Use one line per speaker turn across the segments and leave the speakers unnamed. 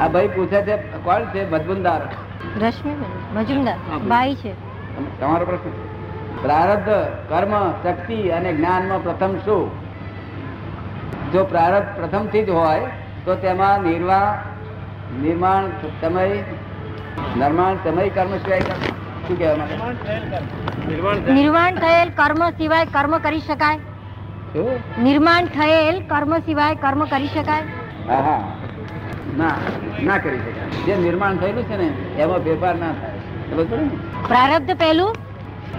આ ભાઈ પૂછે છે કોણ છે મજબૂનદાર
રશ્મિબેન મજુમદાર
હા, બોલો.
બાઈ છે
તમારો પ્રશ્ન પ્રારબ્ધ કર્મ શક્તિ અને જ્ઞાનમાં પ્રથમ શું જો પ્રારબ્ધ પ્રથમથી જ હોય તો તેમાં નિર્વા નિર્માણ સમય નિર્માણ સમય કર્મ સિવાય કર્મ શું કહેવા માંગે
નિર્માણ થયેલ કર્મ સિવાય કર્મ કરી શકાય
શું
નિર્માણ થયેલ કર્મ સિવાય કર્મ કરી શકાય
હા હા ના ના કરી શકાય જે નિર્માણ થયેલું છે ને એમાં ફેરફાર ના થાય ખબર પડી ને?
પ્રારબ્ધ પહેલું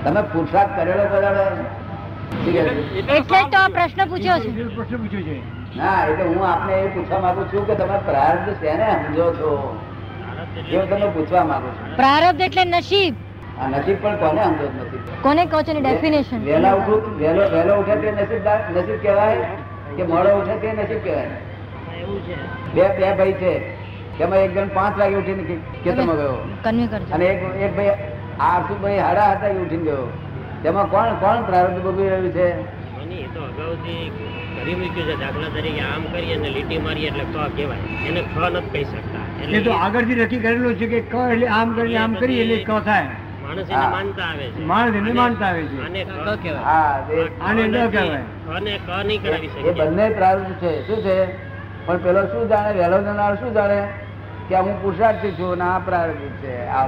તમે પુરુષાર્થ કરેલો બધા ઠીક છે
એટલે જ તો આ પ્રશ્ન પૂછ્યો છે
ના એટલે હું આપને એ પૂછવા માંગુ છું કે તમે પ્રાર્થ શેને સમજો છો એવું તમે પૂછવા માંગુ છું
પ્રારબ્ધ એટલે નસીબ
આ નસીબ પણ કોને સમજો જ નથી
કોને કહો છો ડેફિનેશન
વહેલા ઉઠું વહેલો વહેલો ઉઠે તે નસીબદાર નસીબ કહેવાય કે મોડો ઉઠે તે નસીબ કહેવાય બે બે ભાઈ છે તેમાં એક જણ પાંચ વાગે ઉઠીને કે- ખેતરમાં ગયો
કન્વે કરજો
અને એક એક ભાઈ આરસુભાઈ હાડા હતા એ ઉઠીને ગયો તેમાં કોણ કોણ પ્રારબ્ધ ભોગવી રહ્યું છે
એની એ તો અગાઉથી કરી મૂક્યું છે દાખલા તરીકે આમ કરીએ અને લીટી મારીએ એટલે ક કહેવાય એને ખ નથી કહી શકતા
એ તો
એ
આગળથી નક્કી કરેલું છે કે ક એટલે આમ કરીને આમ કરીએ એટલે ક થાય
માણસ એને
હા.
માનતા આવે છે
માણસ એને
આને-
માનતા આવે છે.
આને ખ
હા તે-
આને
આને ન
નથી.
કહેવાય.
ખને ક નહીં કરાવી
એ
શકીએ
બંને પ્રારબ્ધ છે શું છે પણ પેલો શું જાણે વહેલો જનાર શું જાણે કે હું પુરુષાર્થી છું અને આ પ્રારબ્ધ છે આ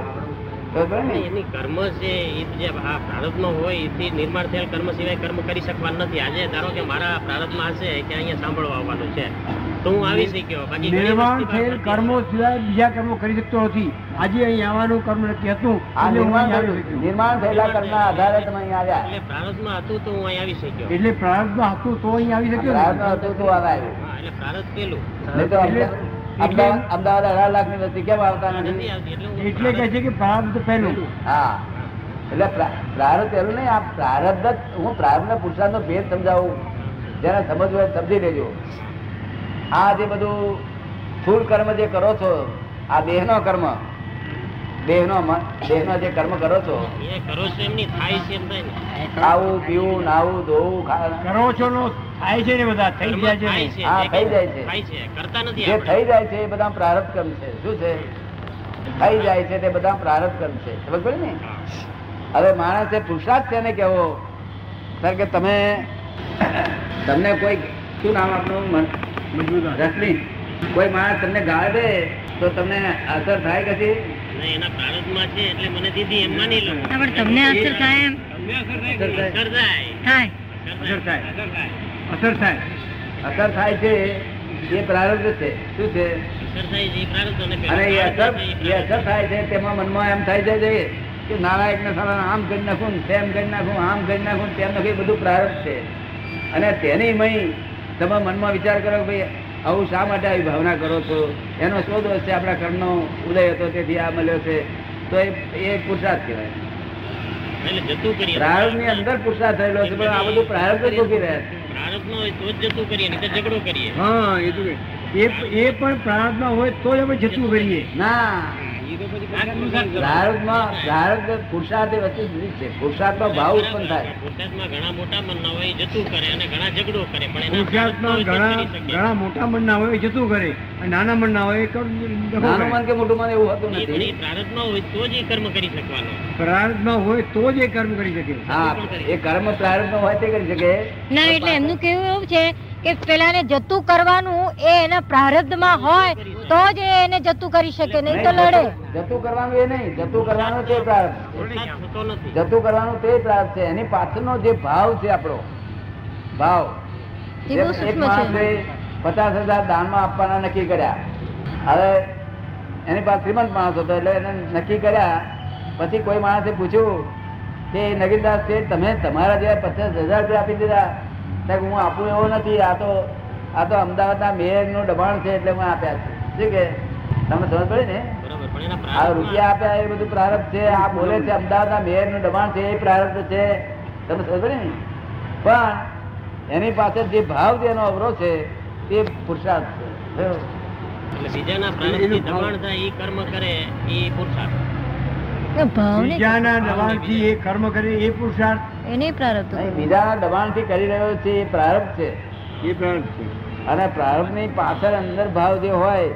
બરોબર ને?
અને એની કર્મ છે એ જે આ પ્રારબ્ધમાં હોય એથી નિર્માણ થયેલ કર્મ સિવાય કર્મ કરી શકવાનું નથી આજે ધારો કે મારા પ્રારબ્ધમાં હશે કે અહીંયા સાંભળવા આવવાનું છે તો હું આવી શક્યો બાકી ઘણી
નિર્માણ
વસ્તુ
થયેલ
બાકી છે.
કર્મો સિવાય બીજા કર્મો કરી શકતો નથી આજે અહીં આવવાનું કર્મ નક્કી હતું
આ
એટલે હું
નિર્માણ
અહીં
થયેલું.
આવી શક્યો.
નિર્માણ થયેલા કર્મના આધારે તમે અહીં આવ્યા
એટલે પ્રારબ્ધમાં હતું તો હું અહીં આવી શક્યો
એટલે પ્રારબ્ધમાં હતું તો અહીં આવી શક્યો
પ્રારબ્ધ
ને.
હતું તો આવા આવ્યું.
હા, એટલે પ્રારબ્ધ પેલું
નહીં તો
એટલે-
અમદાવાદ અમદાવાદ અઢાર લાખની વસ્તી કેમ આવતા
નથી
નથી
આવતી એટલે હું
એટલે કહે છે કે પ્રારબ્ધ પહેલું
હા એટલે પ્રા- પ્રારબ્ધ પેલું નહીં આ પ્રારબ્ધ જ- હું પ્રારબ્ધ ને પુરુષાર્થનો ભેદ સમજાવું જેને સમજવું હોય તો સમજી લેજો આ જે બધું સ્થૂળ કર્મ જે કરો છો આ દેહનો કર્મ દેહનો મ- દેહનો જે કર્મ કરો છો
એ કરો છો એમ નહીં, થાય છે એમ થાય ને.
ખાવું પીવું નાવું ધોવું ખા-
કરો છો નો થાય છે ને બધા થઈ ગયા
કર્મ
છે
થાય
હા,
છે, જે
ને.
થઈ જાય છે.
થાય છે કરતા નથી
જે
આપણે.
થઈ જાય છે એ બધા પ્રારબ્ધ કર્મ છે શું છે થઈ જાય છે તે બધા પ્રારબ્ધ કર્મ છે ખબર પડી ને
હા.
હવે માણસે પુરુષાર્થ છે ને કેવો સર કે તમે તમને કોઈ શું નામ આપનું મન- રશ્મિ કોઈ માણસ તમને ગાળ દે તો તમને અસર થાય કશી
ને એના પ્રારબ્ધમાં છે એટલે મને દીધી એમ માની લો
પણ તમને અસર થાય એમ
અસર થાય
અસર થાય.
થાય
અસર થાય.
અસર
અસર થાય.
અસર
અસર થાય
થાય છે એ પ્રારબ્ધ છે શું છે
અસર થાય છે, એ પ્રારબ્ધ અને પેલા
અને એ અસર
પ્રારબ્ધ છે,
એ
એ
અસર થાય છે તેમાં મનમાં એમ થાય જાય છે કે નારાયણને સાલા આમ કરી નાખું ને તેમ કરી નાખું આમ કરી નાખું ને તેમ નાખું એ બધું પ્રારબ્ધ છે અને તેની મય તમે મનમાં વિચાર કરો કે ભાઈ આવું શા માટે આવી ભાવના કરો છો એનો શો દોષ છે આપણા કર્મનો ઉદય હતો તેથી આ મળ્યો છે તો એ એ પુરુષાર્થ કહેવાય
પ્રારબ્ધ. એટલે જતું કરીએ.
પ્રારબ્ધની અંદર પુરુષાર્થ થયેલો છે પણ આ બધું પ્રારબ્ધ જ ભોગવી રહ્યા છે
પ્રારબ્ધમાં હોય તો જ જતું કરીએ નહીં તો ઝઘડો કરીએ
હા એ તો કે. એ એ પણ પ્રારબ્ધમાં હોય તો જ આપણે જતું કરીએ
ના
આ પુરુષાર્થ કરો.
પ્રારબ્ધમાં પ્રારબ્ધ પુરુષાર્થ એ વસ્તુ જુદી જ છે પુરુષાર્થમાં ભાવ ઉત્પન્ન થાય
પુરુષાર્થમાં ઘણા મોટા મનના હોય એ જતું કરે અને ઘણા ઝઘડો કરે પણ એના
ગુજરાતમાં
પ્રારબ્ધમાં
ઘણા
હોય તો જ કરી શકે.
ઘણા મોટા મનના હોય એ જતું કરે અને નાના મનના હોય એ કર- ડખો
નાનું
કરે.
મન કે મોટું મન એવું હતું
એ પણ એ
નથી
પ્રારબ્ધમાં હોય તો જ એ કર્મ કરી શકવાનો
પ્રારબ્ધમાં હોય તો જ એ કર્મ કરી શકે
હા એ કર્મ પ્રારબ્ધમાં હોય તે કરી શકે
ના એટલે એમનું કેવું એવું છે કે પેલાને જતું કરવાનું એ એના પ્રારબ્ધમાં હોય તો જ એ એને જતું કરી શકે નહીં તો લડે
જતું- જતું કરવાનું એ નહીં જતું કરવાનું તે પ્રારબ્ધ
પુરુષાર્થ થતો નથી
જતું કરવાનું તે પ્રાર્થ છે એની પાછળનો જે ભાવ છે આપણો ભાવ
એ બહુ
જેમ એક
સૂક્ષ્મ છે.
માણસે પચાસ હજાર દાનમાં આપવાના નક્કી કર્યા હવે એની પાસે શ્રીમંત માણસ હતો એટલે એને નક્કી કર્યા પછી કોઈ માણસે પૂછ્યું કે નગીનદાસ છે તમે તમારા જેવા પચાસ હજાર રૂપિયા આપી દીધા તો હું આપું એવો નથી આ તો આ તો અમદાવાદના મેયરનું દબાણ છે એટલે હું આપ્યા છે શું કે તમે સમજ પડી ને
બરાબર પણ એના
આ રૂપિયા
પ્રારબ્ધમાં
આપ્યા એ બધું પ્રારબ્ધ છે આ બોલે છે અમદાવાદના મેયર નું દબાણ છે એ પ્રારબ્ધ છે તમે સમજો ને પણ એની પાસે જે ભાવ જેનો અવરો છે તે પુરુષાર્થ છે
એટલે બીજાના પ્રારબ્ધથી દબાણ થાય એ કર્મ કરે એ પુરુષાર્થ
એ ભાવને
બીજાના દબાણથી એ કર્મ કરે એ પુરુષાર્થ
એને પ્રારબ્ધ
નહીં,
કરવું.
બીજાના દબાણથી કરી રહ્યો છે એ પ્રારબ્ધ છે
એ પ્રારબ્ધ છે
અને પ્રારબ્ધની પાછળ અંદર ભાવ જે હોય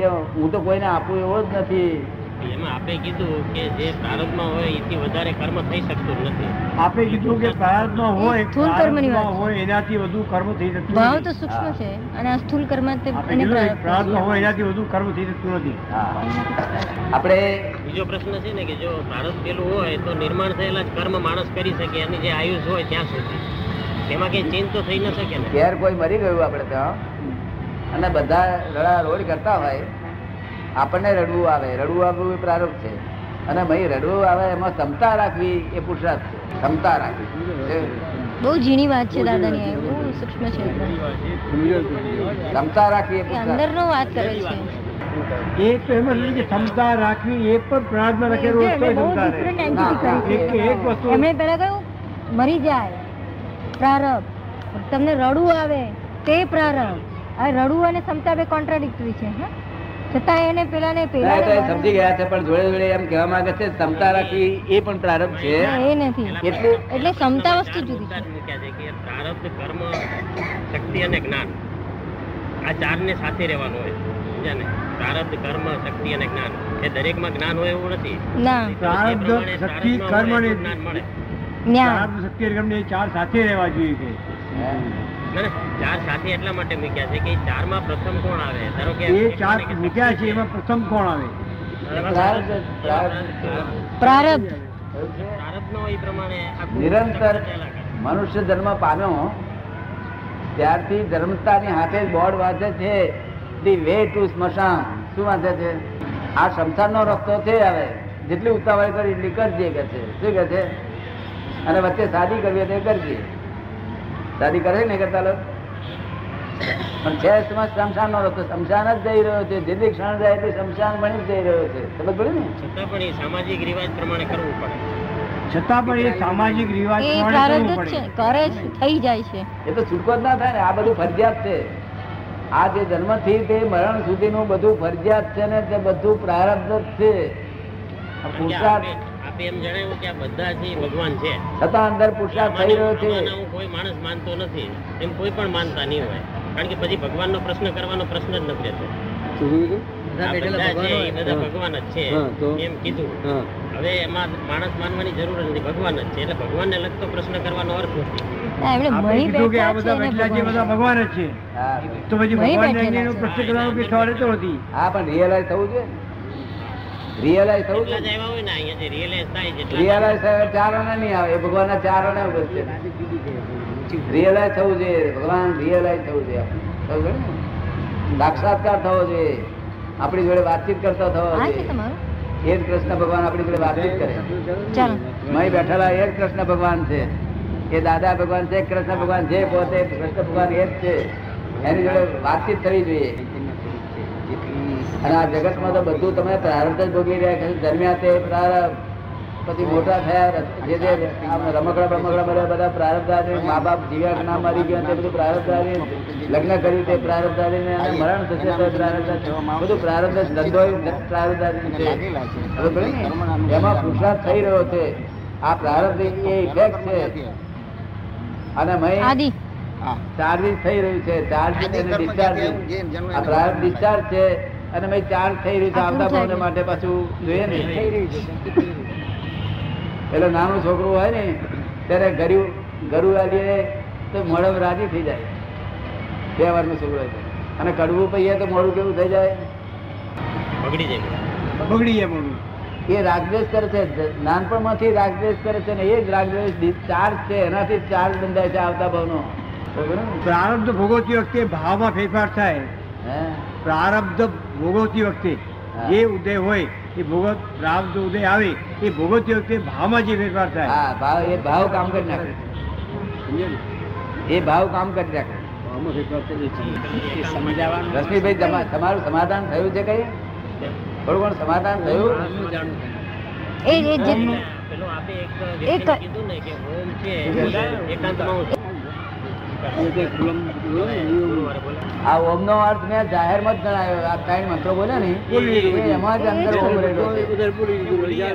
કે હું તો કોઈને આપું એવો જ નથી
એમાં આપણે કીધું કે જે પ્રારબ્ધમાં હોય એથી વધારે કર્મ થઈ શકતું નથી
આપે કીધું કે પ્રારબ્ધમાં હોય
એ સ્થૂળ કર્મની વાત
પ્રારબ્ધમાં હોય એનાથી વધુ કર્મ થઈ શકતું
ભાવ તો
નથી.
સૂક્ષ્મ છે અને આ સ્થૂલ કર્મ તે
આપે
એને
કીધું ને,
પ્રારબ્ધ
પ્રારબ્ધમાં હોય એનાથી વધુ કર્મ થઈ શકતું નથી
હા આપણે
બીજો પ્રશ્ન છે ને કે જો પ્રારબ્ધ પેલું હોય તો નિર્માણ થયેલા જ કર્મ માણસ કરી શકે એની જે આયુષ હોય ત્યાં સુધી તેમાં કઈ ચેન્જ તો થઈ ન શકે ને
ઘેર કોઈ મરી ગયું આપણે ત્યાં અને બધા રડા રોડ કરતા હોય આપણને રડવું આવે રડવું આવવું એ પ્રારંભ છે અને ભાઈ રડવું આવે એમાં ક્ષમતા રાખવી એ પુરુષાર્થ છે ક્ષમતા રાખવી
બહુ ઝીણી વાત છે દાદાની આ, બહુ સૂક્ષ્મ છે
ક્ષમતા રાખવી એ
એ
પુરુષાર્થ
અંદરનો વાત કરે છે
એ તો એમ જ નથી કે ક્ષમતા રાખવી એ પણ પ્રાર્થના
એટલે
રાખેલું
એમણે બહુ
ક્ષમતા રહે.
different entity કરી
એક-
છે.
એક વસ્તુ-
એમણે પહેલા કહ્યું મરી જાય પ્રારબ્ધ તમને રડવું આવે તે પ્રારબ્ધ આ રડવું અને ક્ષમતા બે કોન્ટ્રાડિક્ટરી છે હા છતાં એને પેલાને
ના, એ તો એ
પેલા
સમજી ગયા છે પણ જોડે જોડે એમ કહેવા માંગે છે ક્ષમતા રાખવી એ પણ પ્રારંભ છે
એ નથી
એટલે
એટલે ક્ષમતા વસ્તુ
ચાર
જુદી છે
મુદ્દા જ મૂક્યા છે કે પ્રારબ્ધ કર્મ શક્તિ અને જ્ઞાન આ ચારને સાથે રહેવાનું હોય સમજ્યા ને પ્રારબ્ધ કર્મ શક્તિ અને જ્ઞાન એ દરેકમાં જ્ઞાન હોય એવું નથી
ના
જે
પ્રારબ્ધ,
પ્રમાણે
શક્તિ,
પ્રારબ્ધમાં
કર્મ
હોય
અને-
એટલું જ્ઞાન મળે
ન્યાય
પ્રાર્થના શક્તિ અને કર્મને એ ચાર સાથે રહેવા જોઈએ કે
ના ના, ચાર સાથે એટલા માટે મૂક્યા છે કે એ ચારમાં પ્રથમ કોણ આવે ધારો કે
એ
એક
ચાર
માને કે શક્તિ
મૂક્યા છે
છે.
એમાં પ્રથમ કોણ આવે
એમાં
પ્રારબ્ધ-
પ્રારબ્ધ-
પ્રારબ્ધ.
પ્રારબ્ધ
પ્રારબ્ધનો એ પ્રમાણે આખું
નિરંતર
ચક્ર ચાલ્યા કરે.
મનુષ્ય જન્મ પામ્યો ત્યારથી ધર્મતાની હાથે જ બોર્ડ વાંચે છે ધી વે ટુ સ્મશાન શું વાંચે છે આ શમશાનનો રસ્તો છે હવે જેટલી ઉતાવળ કરી એટલી કરજે કે છે શું કે છે અને વચ્ચે શાદી કરવી હોય તો કરજે શાદી કરે ને કરતા લોકો પણ છે શમશાન નો રસ્તો શમશાન જ જઈ રહ્યો છે જેટલી ક્ષણ જાય એટલી શમશાન બની જ જઈ રહ્યો છે સમજ પડી ને
છતાં પણ એ સામાજિક રિવાજ પ્રમાણે કરવું પડે
છતાં પણ એ સામાજિક રિવાજ
એ
પ્રમાણે
પ્રારબ્ધ
કરવું
જ છે
પડે
કરે છે થઈ જાય છે
એ તો છૂટકો જ ના થાય ને આ બધું ફરજિયાત છે આ જે જન્મથી તે મરણ સુધીનું બધું ફરજિયાત છે ને તે બધું પ્રારબ્ધ જ છે આ
કારણ કે
પુરુષાર્થ
આપે આપે એમ જણાવ્યું કે આ બધા જ એ ભગવાન છે
છતાં અંદર પુરુષાર્થ થઈ રહ્યો છે
આમાંના હું કોઈ માણસ માનતો નથી એમ કોઈ પણ માનતા નહીં હોય કારણ કે પછી ભગવાનનો પ્રશ્ન કરવાનો પ્રશ્ન જ નથી રહેતો આ બધા છે એ બધા ભગવાન જ છે એમ કીધું હવે એમાં માણસ માનવાની જરૂર જ નથી ભગવાન જ છે એટલે ભગવાનને લગતો પ્રશ્ન કરવાનો અર્થ નથી
ના, એમણે
આપણે
મળી
કીધું કે આ બધા
બેઠા છે એને
બેઠેલા છે એ બધા
ભગવાન.
ભગવાન જ છે
હા.
તો પછી
નહીં
ભગવાન
બેઠેલા
એનો
છે.
પ્રશ્ન કરવાનો કે થવા રહેતો નથી
હા પણ રિયલાઇઝ થવું જોઈએ રિયલાઇઝ થવું
એટલા
જોઈએ
જ આવ્યા હોય ને અહીંયા જે રિયલાઇઝ થાય છે એટલા જ
રિયલાઇઝ થયા ચારણે નહીં આવે એ ભગવાનના ચારણે ઉભર છે રિયલાઇઝ થવું જોઈએ ભગવાન રિયલાઇઝ થવું જોઈએ આપણને. સમજ પડી ને? સાક્ષાત્કાર થવો જોઈએ આપણી જોડે વાતચીત કરતા થવો
આ છે
જોઈએ
તમારું
એ જ કૃષ્ણ ભગવાન આપણી જોડે વાતચીત કરે
ચાલો
મય બેઠેલા એ જ કૃષ્ણ ભગવાન છે એ દાદા ભગવાન છે કૃષ્ણ ભગવાન છે પોતે કૃષ્ણ ભગવાન એ જ છે એની જોડે વાતચીત થવી જોઈએ અને આ જગતમાં તો બધું તમે પ્રારબ્ધ જ ભોગવી રહ્યા છો. જન્મ્યા તે પ્રારબ્ધ પછી મોટા થયા જે જે આમ રમકડા બમકડા બધા બધા પ્રારબ્ધ આધે, મા બાપ જીવ્યા કે ના મરી ગયા તે બધું પ્રારબ્ધ આધે, લગ્ન કર્યું તે પ્રારબ્ધ આધે ને અને મરણ થશે તો પ્રારબ્ધ આધે. બધું પ્રારબ્ધ જ, ધંધો એ પ્રારબ્ધ આધે છે હવે ભલે ને, એમાં પુરુષાર્થ થઈ રહ્યો છે આ પ્રારબ્ધ એ ઇફેક્ટ છે અને મય
આદિ
ચાર્જિસ થઈ રહ્યું છે ચાર્જિસ અને discharge. આ પ્રારબ્ધ discharge છે અને મય charge થઈ રહ્યું છે
આ
આવતા
પૂરું થઈ
ભાવને
ગયું.
માટે પાછું જોઈએ ને એટલે નાનું છોકરું હોય ને ત્યારે ગરુ ગરુ વાળીએ તો મોડમ રાજી થઈ જાય બે વારનું છોકરું હોય છે. અને કડવું પહીએ તો મોડું કેવું થઈ જાય
બગડી જાય
બગડી જાય મોઢું
એ રાગદ્વેષ કરે છે જ- નાનપણમાંથી રાગદ્વેષ કરે છે ને એ જ રાગદ્વેષ દી- ચાર્જ છે એનાથી જ ચાર્જ બંધાય છે આવતા ભાવનો બરોબર ને?
પ્રારબ્ધ ભોગવતી વખતે ભાવમાં ફેરફાર થાય
હે?
પ્રારબ્ધ ભોગવતી વખતે
હા.
જે ઉદય હોય એ ભોગવ પ્રારબ્ધ ઉદય આવે એ ભોગવતી વખતે ભાવમાં જે ફેરફાર થાય
હા ભાવ એ ભાવ કામ કરી નાખે એ ભાવ કામ કરી નાખે રશ્મિભાઈ તમા- તમારું સમાધાન થયું છે કઈ થોડું ઘણું સમાધાન થયું
એ એ જે
પેલો આપે એક વ્યક્તિને કીધું ને કે ઓમ છે એકાંતમાં હું છું. ગુરુવારે બોલે.
આ ઓમનો અર્થ મેં જાહેરમાં જ ગણાયો આ ત્રણ મંત્રો બોલ્યા ને
બોલી લીધું.
એ એમાં જ અંદર ઓમ રહેલો છે.
ઉદય